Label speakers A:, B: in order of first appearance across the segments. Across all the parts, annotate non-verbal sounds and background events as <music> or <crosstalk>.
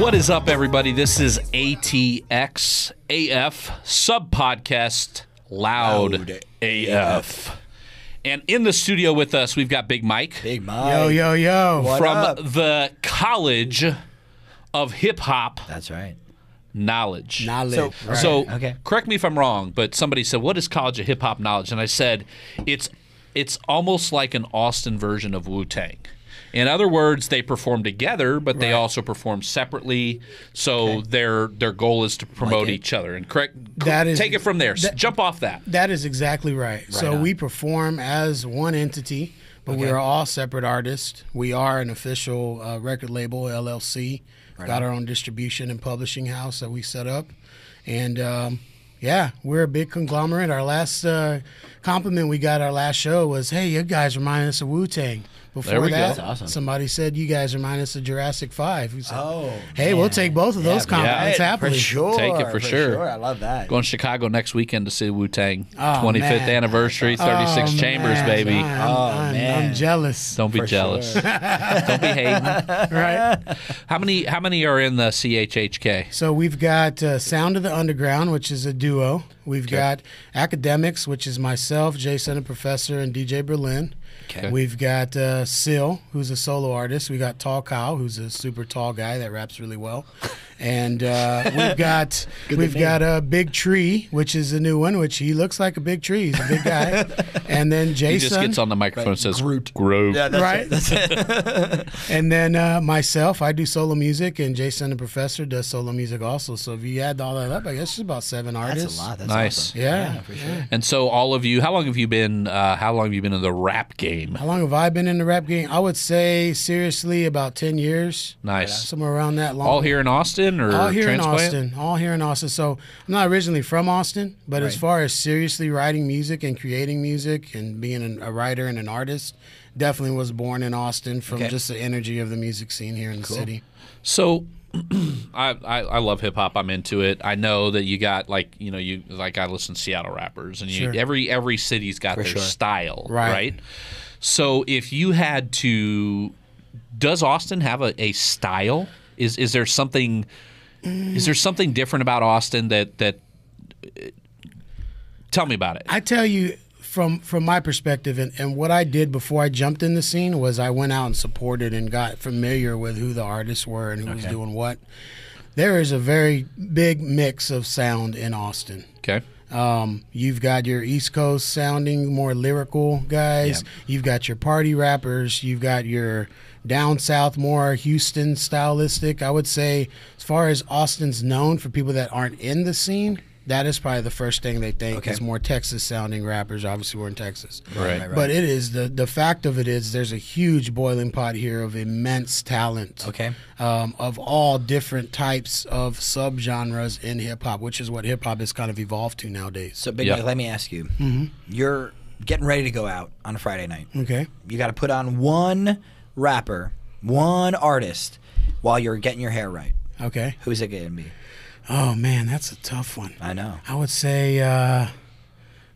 A: What is up, everybody? This is ATX AF sub podcast Loud,
B: Loud
A: AF. And in the studio with us, we've got Big Mike
B: Big Mike.
C: Yo, yo, yo.
B: What
A: from
B: up?
A: the College of Hip Hop
B: That's right.
A: Knowledge.
B: Knowledge.
C: So-
B: right.
A: So,
B: okay.
A: correct me if I'm wrong, but somebody said, "What is College of Hip Hop Knowledge?" And I said, "It's it's almost like an Austin version of Wu Tang." In other words, they perform together, but they also perform separately. So their their goal is to promote
B: it.
A: each other. And correct,
C: That is-
A: take it from there. S-
C: that-
A: Jump off that.
C: That is exactly right. so
B: on.
C: we perform as one entity, but we are all separate artists. We are an official uh, record label, LLC. Got our own distribution and publishing house that we set up. And um, yeah, we're a big conglomerate. Our last uh, compliment we got our last show was, hey, you guys remind us of Wu Tang. Before
A: we go.
C: that,
A: That's
B: awesome.
C: somebody said, you guys remind us of Jurassic 5. We said,
B: Oh,
C: hey, we'll
B: man.
C: take both of those
B: Yeah,
C: compliments
B: right.
C: happily.
B: For sure.
A: Take it for sure.
B: I love that.
A: Going to Chicago next weekend to see Wu Tang
C: Oh,
A: 25th
C: man.
A: anniversary, 36
C: Oh,
A: Chambers,
C: man.
A: baby.
C: I'm,
B: Oh,
C: I'm-
B: man.
C: I'm jealous.
A: Don't be
B: For
A: jealous.
B: sure.
A: Don't be hating.
C: <laughs> right.
A: How many how many are in the CHHK?
C: So we've got uh, Sound of the Underground, which is a duo. We've got Academics, which is myself, Jay Center Professor, and DJ Berlin.
A: Okay.
C: We've got uh, Seal, who's a solo artist. We got Tall Cow, who's a super tall guy that raps really well,
A: <laughs>
C: and uh, we've got we've got a Big Tree, which is a new one, which he looks like a big tree. He's a big
A: <laughs>
C: guy, and then Jason.
A: He just gets on the microphone and says,
B: Groot.
A: Groot.
B: Yeah, that's
C: Right?
B: It. That's it.
C: <laughs> And then uh, myself, I do solo music, and Jason the Professor does solo music also. So if you add all that up, I guess it's about seven
B: That's
C: artists.
B: a lot. That's
A: Nice.
B: Awesome.
C: Yeah.
B: for sure.
A: And so, all of you, how long have you been? Uh, how long have you been in the rap game?
C: How long have I been in the rap game? I would say seriously about ten years.
A: Nice.
C: Somewhere around that long.
A: All here in Austin or
C: All here
A: transplant?
C: in Austin. All here in Austin. So I'm not originally from Austin, but as
B: Right.
C: far as seriously writing music and creating music and being an, a writer and an artist, definitely was born in Austin from
B: Okay.
C: just the energy of the music scene here in the city.
A: So, <clears throat> I, I I love hip hop. I'm into it. I know that you got like you know you like I listen to Seattle rappers, and you,
C: Sure.
A: every every city's got their
B: sure.
A: style, right.
C: Right.
A: So, if you had to, does Austin have a, a style? Is is there something? Is there something different about Austin that that? uh, Tell me about it.
C: I tell you from from my perspective and, and what I did before I jumped in the scene was I went out and supported and got familiar with who the artists were and who was doing what. There is a very big mix of sound in Austin.
A: Okay.
C: Um, you've got your East Coast sounding more lyrical guys. You've got your party rappers. You've got your down south more Houston stylistic. I would say, as far as Austin's known for people that aren't in the scene, that is probably the first thing they think
B: Okay.
C: is more Texas sounding rappers. Obviously, we're in Texas,
A: Right.
B: right, right.
C: But it is the the fact of it is there's a huge boiling pot here of immense talent
B: Okay.
C: um, of all different types of subgenres in hip hop, which is what hip hop has kind of evolved to nowadays.
B: So, Big
A: Yeah.
B: Mike, let me ask you.
C: Mm-hmm.
B: You're getting ready to go out on a Friday night.
C: Okay.
B: You got to put on one rapper, one artist, while you're getting your hair right.
C: Okay.
B: Who's it going to be?
C: Oh man, that's a tough one.
B: I know.
C: I would say, uh,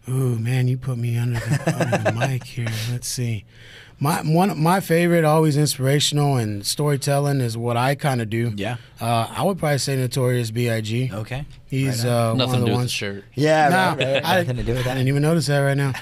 C: ooh man, you put me under the, <laughs> under the mic here. Let's see. My one, of my favorite, always inspirational and storytelling is what I kind of do.
B: Yeah.
C: Uh, I would probably say Notorious B.I.G.
B: Okay.
C: He's
B: Right on.
C: uh, one
A: Nothing
C: of
A: to
C: the
A: do with the
C: ones.
A: shirt.
B: Yeah.
C: Nah,
B: right, right, right.
C: I-
B: Nothing to do with
C: I
B: that.
C: didn't even notice that
B: <laughs>
C: right now.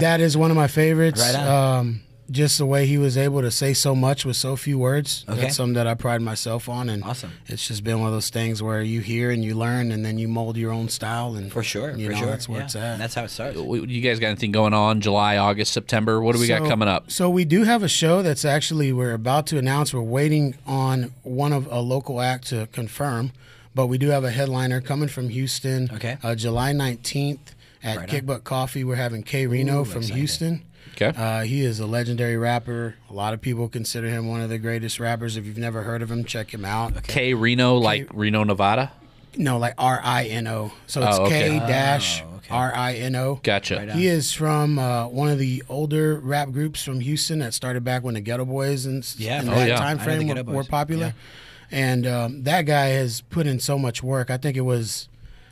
C: that is one of my favorites.
B: Right on.
C: um, just the way he was able to say so much with so few words.
B: Okay.
C: That's something that I pride myself on, and
B: Awesome.
C: It's just been one of those things where you hear and you learn, and then you mold your own style. And
B: For sure.
C: you
B: for
C: know
B: sure.
C: that's where
B: Yeah.
C: it's at.
B: And that's how it starts.
A: W- You guys got anything going on? July, August, September? What do we got
C: So-
A: coming up?
C: So we do have a show that's actually we're about to announce. We're waiting on one of a local act to confirm, but we do have a headliner coming from Houston.
B: Okay.
C: uh, July nineteenth at
B: Right on.
C: Kick Butt Coffee. We're having K Reno
B: Ooh,
C: from
B: excited.
C: Houston.
A: Okay.
C: Uh, he is a legendary rapper. A lot of people consider him one of the greatest rappers. If you've never heard of him, check him out.
A: K Reno, like Reno, Nevada.
C: No, like R I N O. So it's
A: Oh, okay.
C: K dash
B: Oh, okay.
C: R I N O.
A: Gotcha.
B: Right on.
C: He is from uh, one of the older rap groups from Houston that started back when the Ghetto Boys and
B: Yeah,
C: in
B: oh,
C: that
A: yeah.
C: time
B: I know the
C: frame
B: Ghetto
C: were, were
B: Boys.
C: popular. And um, that guy has put in so much work. I think it was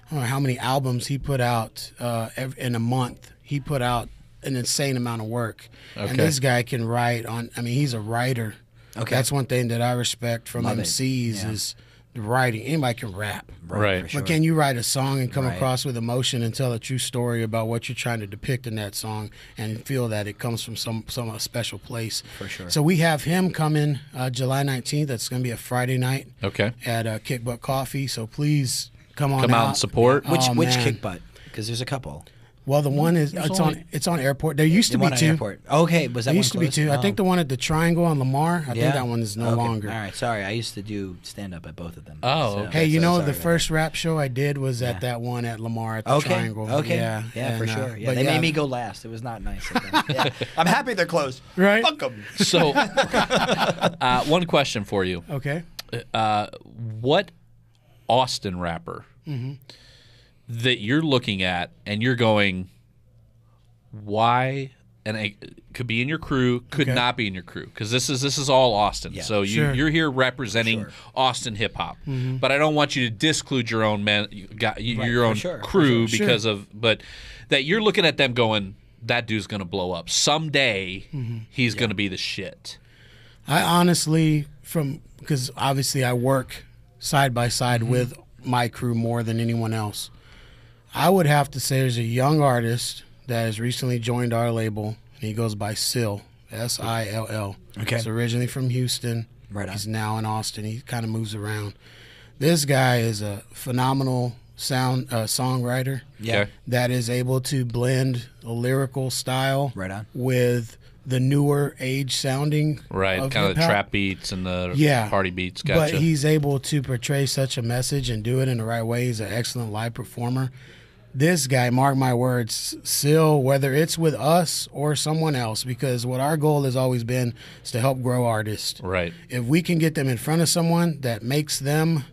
C: I don't know how many albums he put out uh, ev in a month. He put out an insane amount of work.
A: Okay.
C: And this guy can write on. I mean, he's a writer.
B: Okay.
C: that's one thing that I respect from
B: Love it.
C: MCs
B: Yeah.
C: is writing. Anybody can rap.
A: Right.
B: for
A: But
B: sure.
C: But can you write a song and come
B: Right.
C: across with emotion and tell a true story about what you're trying to depict in that song and feel that it comes from some some a special place? For
B: sure.
C: So we have him coming uh, July 19th. That's going to be a Friday night
A: Okay.
C: at uh, Kick Butt Coffee. So please come on
A: Come out and support.
B: which
C: Oh,
B: which
C: man.
B: kick butt? Because there's a couple.
C: Well, the one is it's
A: only-
C: on it's on airport. There used to
B: The
C: be
B: one at
C: two.
B: airport. Okay, was that
C: There
B: one
C: used to be
B: closed?
C: two. I
B: Oh.
C: think the one at the Triangle on Lamar. I
B: Yeah.
C: think that one is no
B: Okay.
C: longer.
B: All right, sorry. I used to do stand up at both of them.
A: Oh, okay.
C: Hey, you
B: so
C: know
B: sorry
C: the
B: about
C: first rap show I did was at that one at Lamar at
B: that.
C: the
B: Okay.
C: Triangle.
B: Okay.
C: yeah,
B: for
C: and, uh,
B: sure. Yeah,
C: but
B: they made me go last. It was not nice. of
C: <laughs>
B: them. yeah. I'm happy they're closed.
C: Right.
B: Fuck 'em.
A: So, uh, one question for you:
C: Okay.
A: What Austin rapper that you're looking at and you're going, why? And it could be in your crew, could
C: Okay.
A: not be in your crew, because this is this is all Austin. so you,
C: Sure. Mm-hmm.
A: you're here representing Austin hip hop, but I don't want you to disclude your own man, you got- you- your
B: for
A: own
B: sure, for
A: crew
C: sure.
A: because of. But that you're looking at them going, that dude's gonna blow up someday.
C: Mm-hmm.
A: He's gonna be the shit.
C: I honestly, from because obviously I work side by side
B: Mm-hmm.
C: with my crew more than anyone else. I would have to say there's a young artist that has recently joined our label, and he goes by Sill, S I L L.
B: Okay.
C: He's originally from Houston.
B: Right on.
C: He's now in Austin. He kind of moves around. This guy is a phenomenal sound uh, songwriter
B: Yeah.
A: Okay?
C: that is able to blend a lyrical style
B: Right on.
C: with the newer age sounding
A: Right,
C: of
A: kind of the
C: hip-hop.
A: trap beats and the
C: yeah
A: party beats. Gotcha.
C: but he's able to portray such a message and do it in the right way he's an excellent live performer this guy mark my words still whether it's with us or someone else because what our goal has always been is to help grow artists
A: right.
C: if we can get them in front of someone that makes them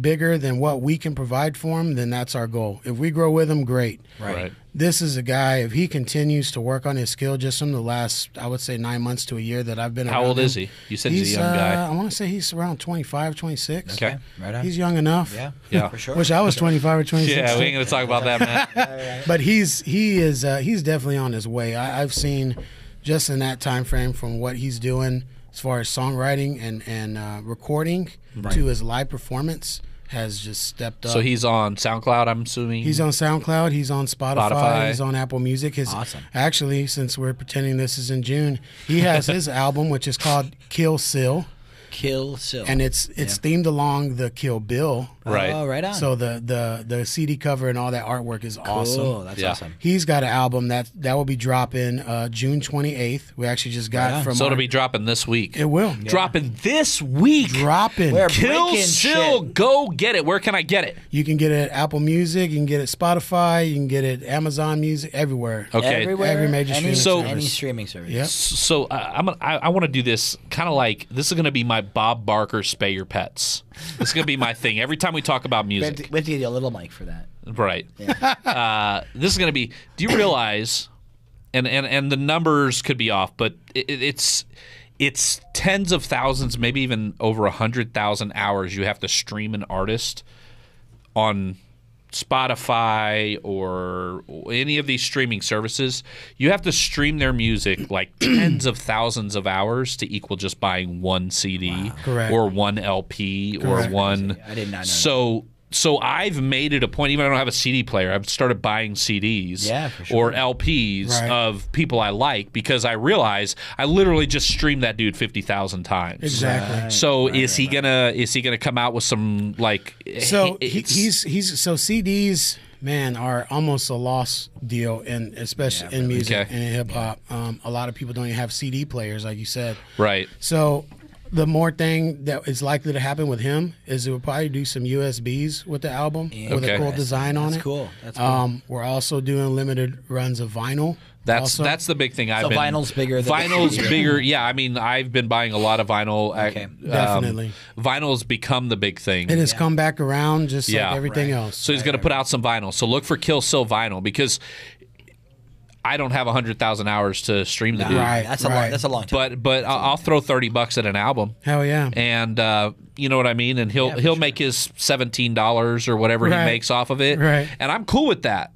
C: bigger than what we can provide for them then that's our goal if we grow with them great
A: Right.
C: this is a guy if he continues to work on his skill just from the last i would say nine months to a year that i've been
A: How
C: around
A: old
C: him,
A: is he? You said he's a young
C: uh,
A: guy.
C: i want to say he's around 25 26
A: Okay.
B: Right on.
C: he's young enough
B: yeah.
A: Yeah.
B: For sure.
C: wish i was 25 or 26
A: Yeah, we
C: too.
A: ain't gonna talk about that,
C: <laughs>
A: man.
C: but he's he is uh, he's definitely on his way I, i've seen just in that time frame from what he's doing as far as songwriting and and uh, recording to his live performance has just stepped up
A: so he's on SoundCloud, I'm assuming.
C: He's on SoundCloud. He's on Spotify.
A: Spotify.
C: He's on Apple Music. His
B: Awesome.
C: actually, since we're pretending this is in June, he
A: <laughs>
C: has his album which is called Kill Sill,
B: Kill Sil.
C: and it's it's themed along the Kill Bill.
A: right.
B: Oh, right on.
C: So the the the CD cover and all that artwork is
B: Cool.
C: awesome.
B: That's
A: Yeah.
B: awesome.
C: He's got an album that that will be dropping uh, June 28th. We actually just got
B: on.
C: from
A: So
C: our-
A: it'll be dropping this week.
C: it will
A: Dropping this week.
C: dropping.
B: Where-
A: Kill
B: Breaking
A: Sill,
B: shit.
A: go get it. Where can I get it?
C: You can get it at Apple Music. You can get it Spotify. You can get it Amazon Music. Everywhere.
A: Okay.
B: Everywhere,
C: Every major
B: any,
C: streaming
A: So-
B: any
C: service.
B: streaming service.
C: Yep.
A: So uh, I'm gonna, I, I want to do this kind of like this is gonna be my Bob Barker spay your pets. This is gonna be my thing. Every time we talk
C: <laughs>
A: about
B: We have, to,
A: music,
B: we have to get you a little mic for that.
A: Right. uh, this is going to be. Do you realize? And, and and the numbers could be off, but it, it- it's it's tens of thousands, maybe even over a hundred thousand hours you have to stream an artist on Spotify or any of these streaming services. You have to stream their music like tens of thousands of hours to equal just buying one CD
C: Correct.
A: or one LP or one.
B: I did not know
A: So so I've made it a point. Even I don't have a CD player. I've started buying CDs
B: Yeah, for sure.
A: or LPs
C: Right.
A: of people I like because I realize I literally just streamed that dude fifty thousand times.
C: Exactly.
A: So is he gonna is he gonna come out with some like?
C: So he,
A: it's-
C: he's he's so CDs, man, are almost a lost deal, and especially in music
A: Okay.
C: and in hip hop. Um, a lot of people don't even have CD players, like you said.
A: right.
C: So the more thing that is likely to happen with him is it will probably do some USBs with the album with
A: Okay.
C: a cool design on
B: That's
C: it.
B: cool. That's cool.
C: Um, we're also doing limited runs of vinyl.
A: That's
C: also.
A: that's the big thing. I've been
B: vinyl's bigger than-
A: vinyl's bigger. Yeah, I mean I've been buying a lot of vinyl. I- um,
B: Okay.
C: Definitely.
A: vinyl's become the big thing.
C: and it's come back around just
A: Yeah.
C: like everything
B: Right.
C: else.
A: So he's going to put out some vinyl. So look for Kill Sill vinyl because I don't have 100,000 hours to stream the dude.
C: Right,
B: that's a long.
C: right.
B: That's a long time.
A: But but I'll, I'll throw 30 bucks at an album.
C: Hell yeah.
A: And uh, you know what I mean, and he'll he'll make his seventeen dollars or whatever he
C: Right.
A: makes off of it,
C: Right.
A: and I'm cool with that.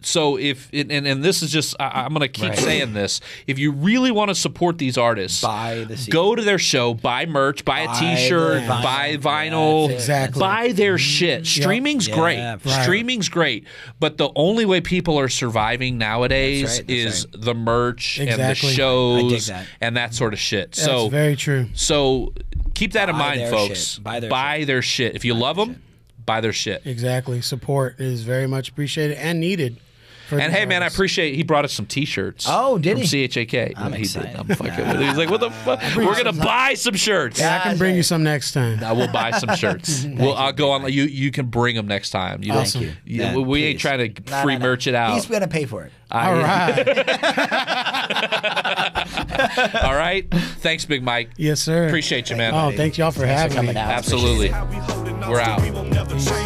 A: so if and and this is just I, I'm going to keep
B: Right.
A: saying this. If you really want to support these artists,
B: Buy the CD.
A: go to their show, buy merch, buy a
B: Buy
A: T-shirt,
B: the vinyl.
A: buy vinyl,
C: That's it. Exactly.
A: buy their shit. Streaming's
B: Mm-hmm. Yeah,
A: great.
B: right.
A: Streaming's great. But the only way people are surviving nowadays
B: That's right, that's
A: is the merch and the
C: Exactly. I dig
A: shows
B: that.
A: and that sort of shit.
C: That's
A: so
C: very true.
A: so keep that in
B: Buy
A: mind,
B: their
A: folks.
B: shit. Buy their
A: their shit. If you love 'em, love them, buy their shit.
C: Exactly. Support is very much appreciated and needed. For
A: And
C: these
A: hey, man, I
C: artists.
A: appreciate he brought us some T-shirts.
B: Oh, did
A: from
B: he?
A: CHAK.
B: I'm
A: he
B: excited.
A: Did. I'm fucking.
B: <laughs>
A: with it. He's like, what the fuck? We're gonna buy some shirts.
C: I can bring you some next time.
A: I will buy
B: <laughs>
A: some shirts. Well, I'll go on. You you can bring them next time. You
B: Thank
A: don't-
B: you.
A: Yeah,
B: Yeah,
A: we we ain't
B: please.
A: trying to
B: No,
A: free
B: no, no.
A: merch it out.
B: He's gonna pay for it.
A: I-
C: All right.
A: all right. Thanks, Big
B: <laughs>
A: Mike.
C: yes,
A: <laughs>
C: sir.
A: Appreciate you, man.
C: Oh, thank y'all for
B: Thanks for coming
C: having me.
B: out.
A: Absolutely.
D: We're
A: We're out.
D: out.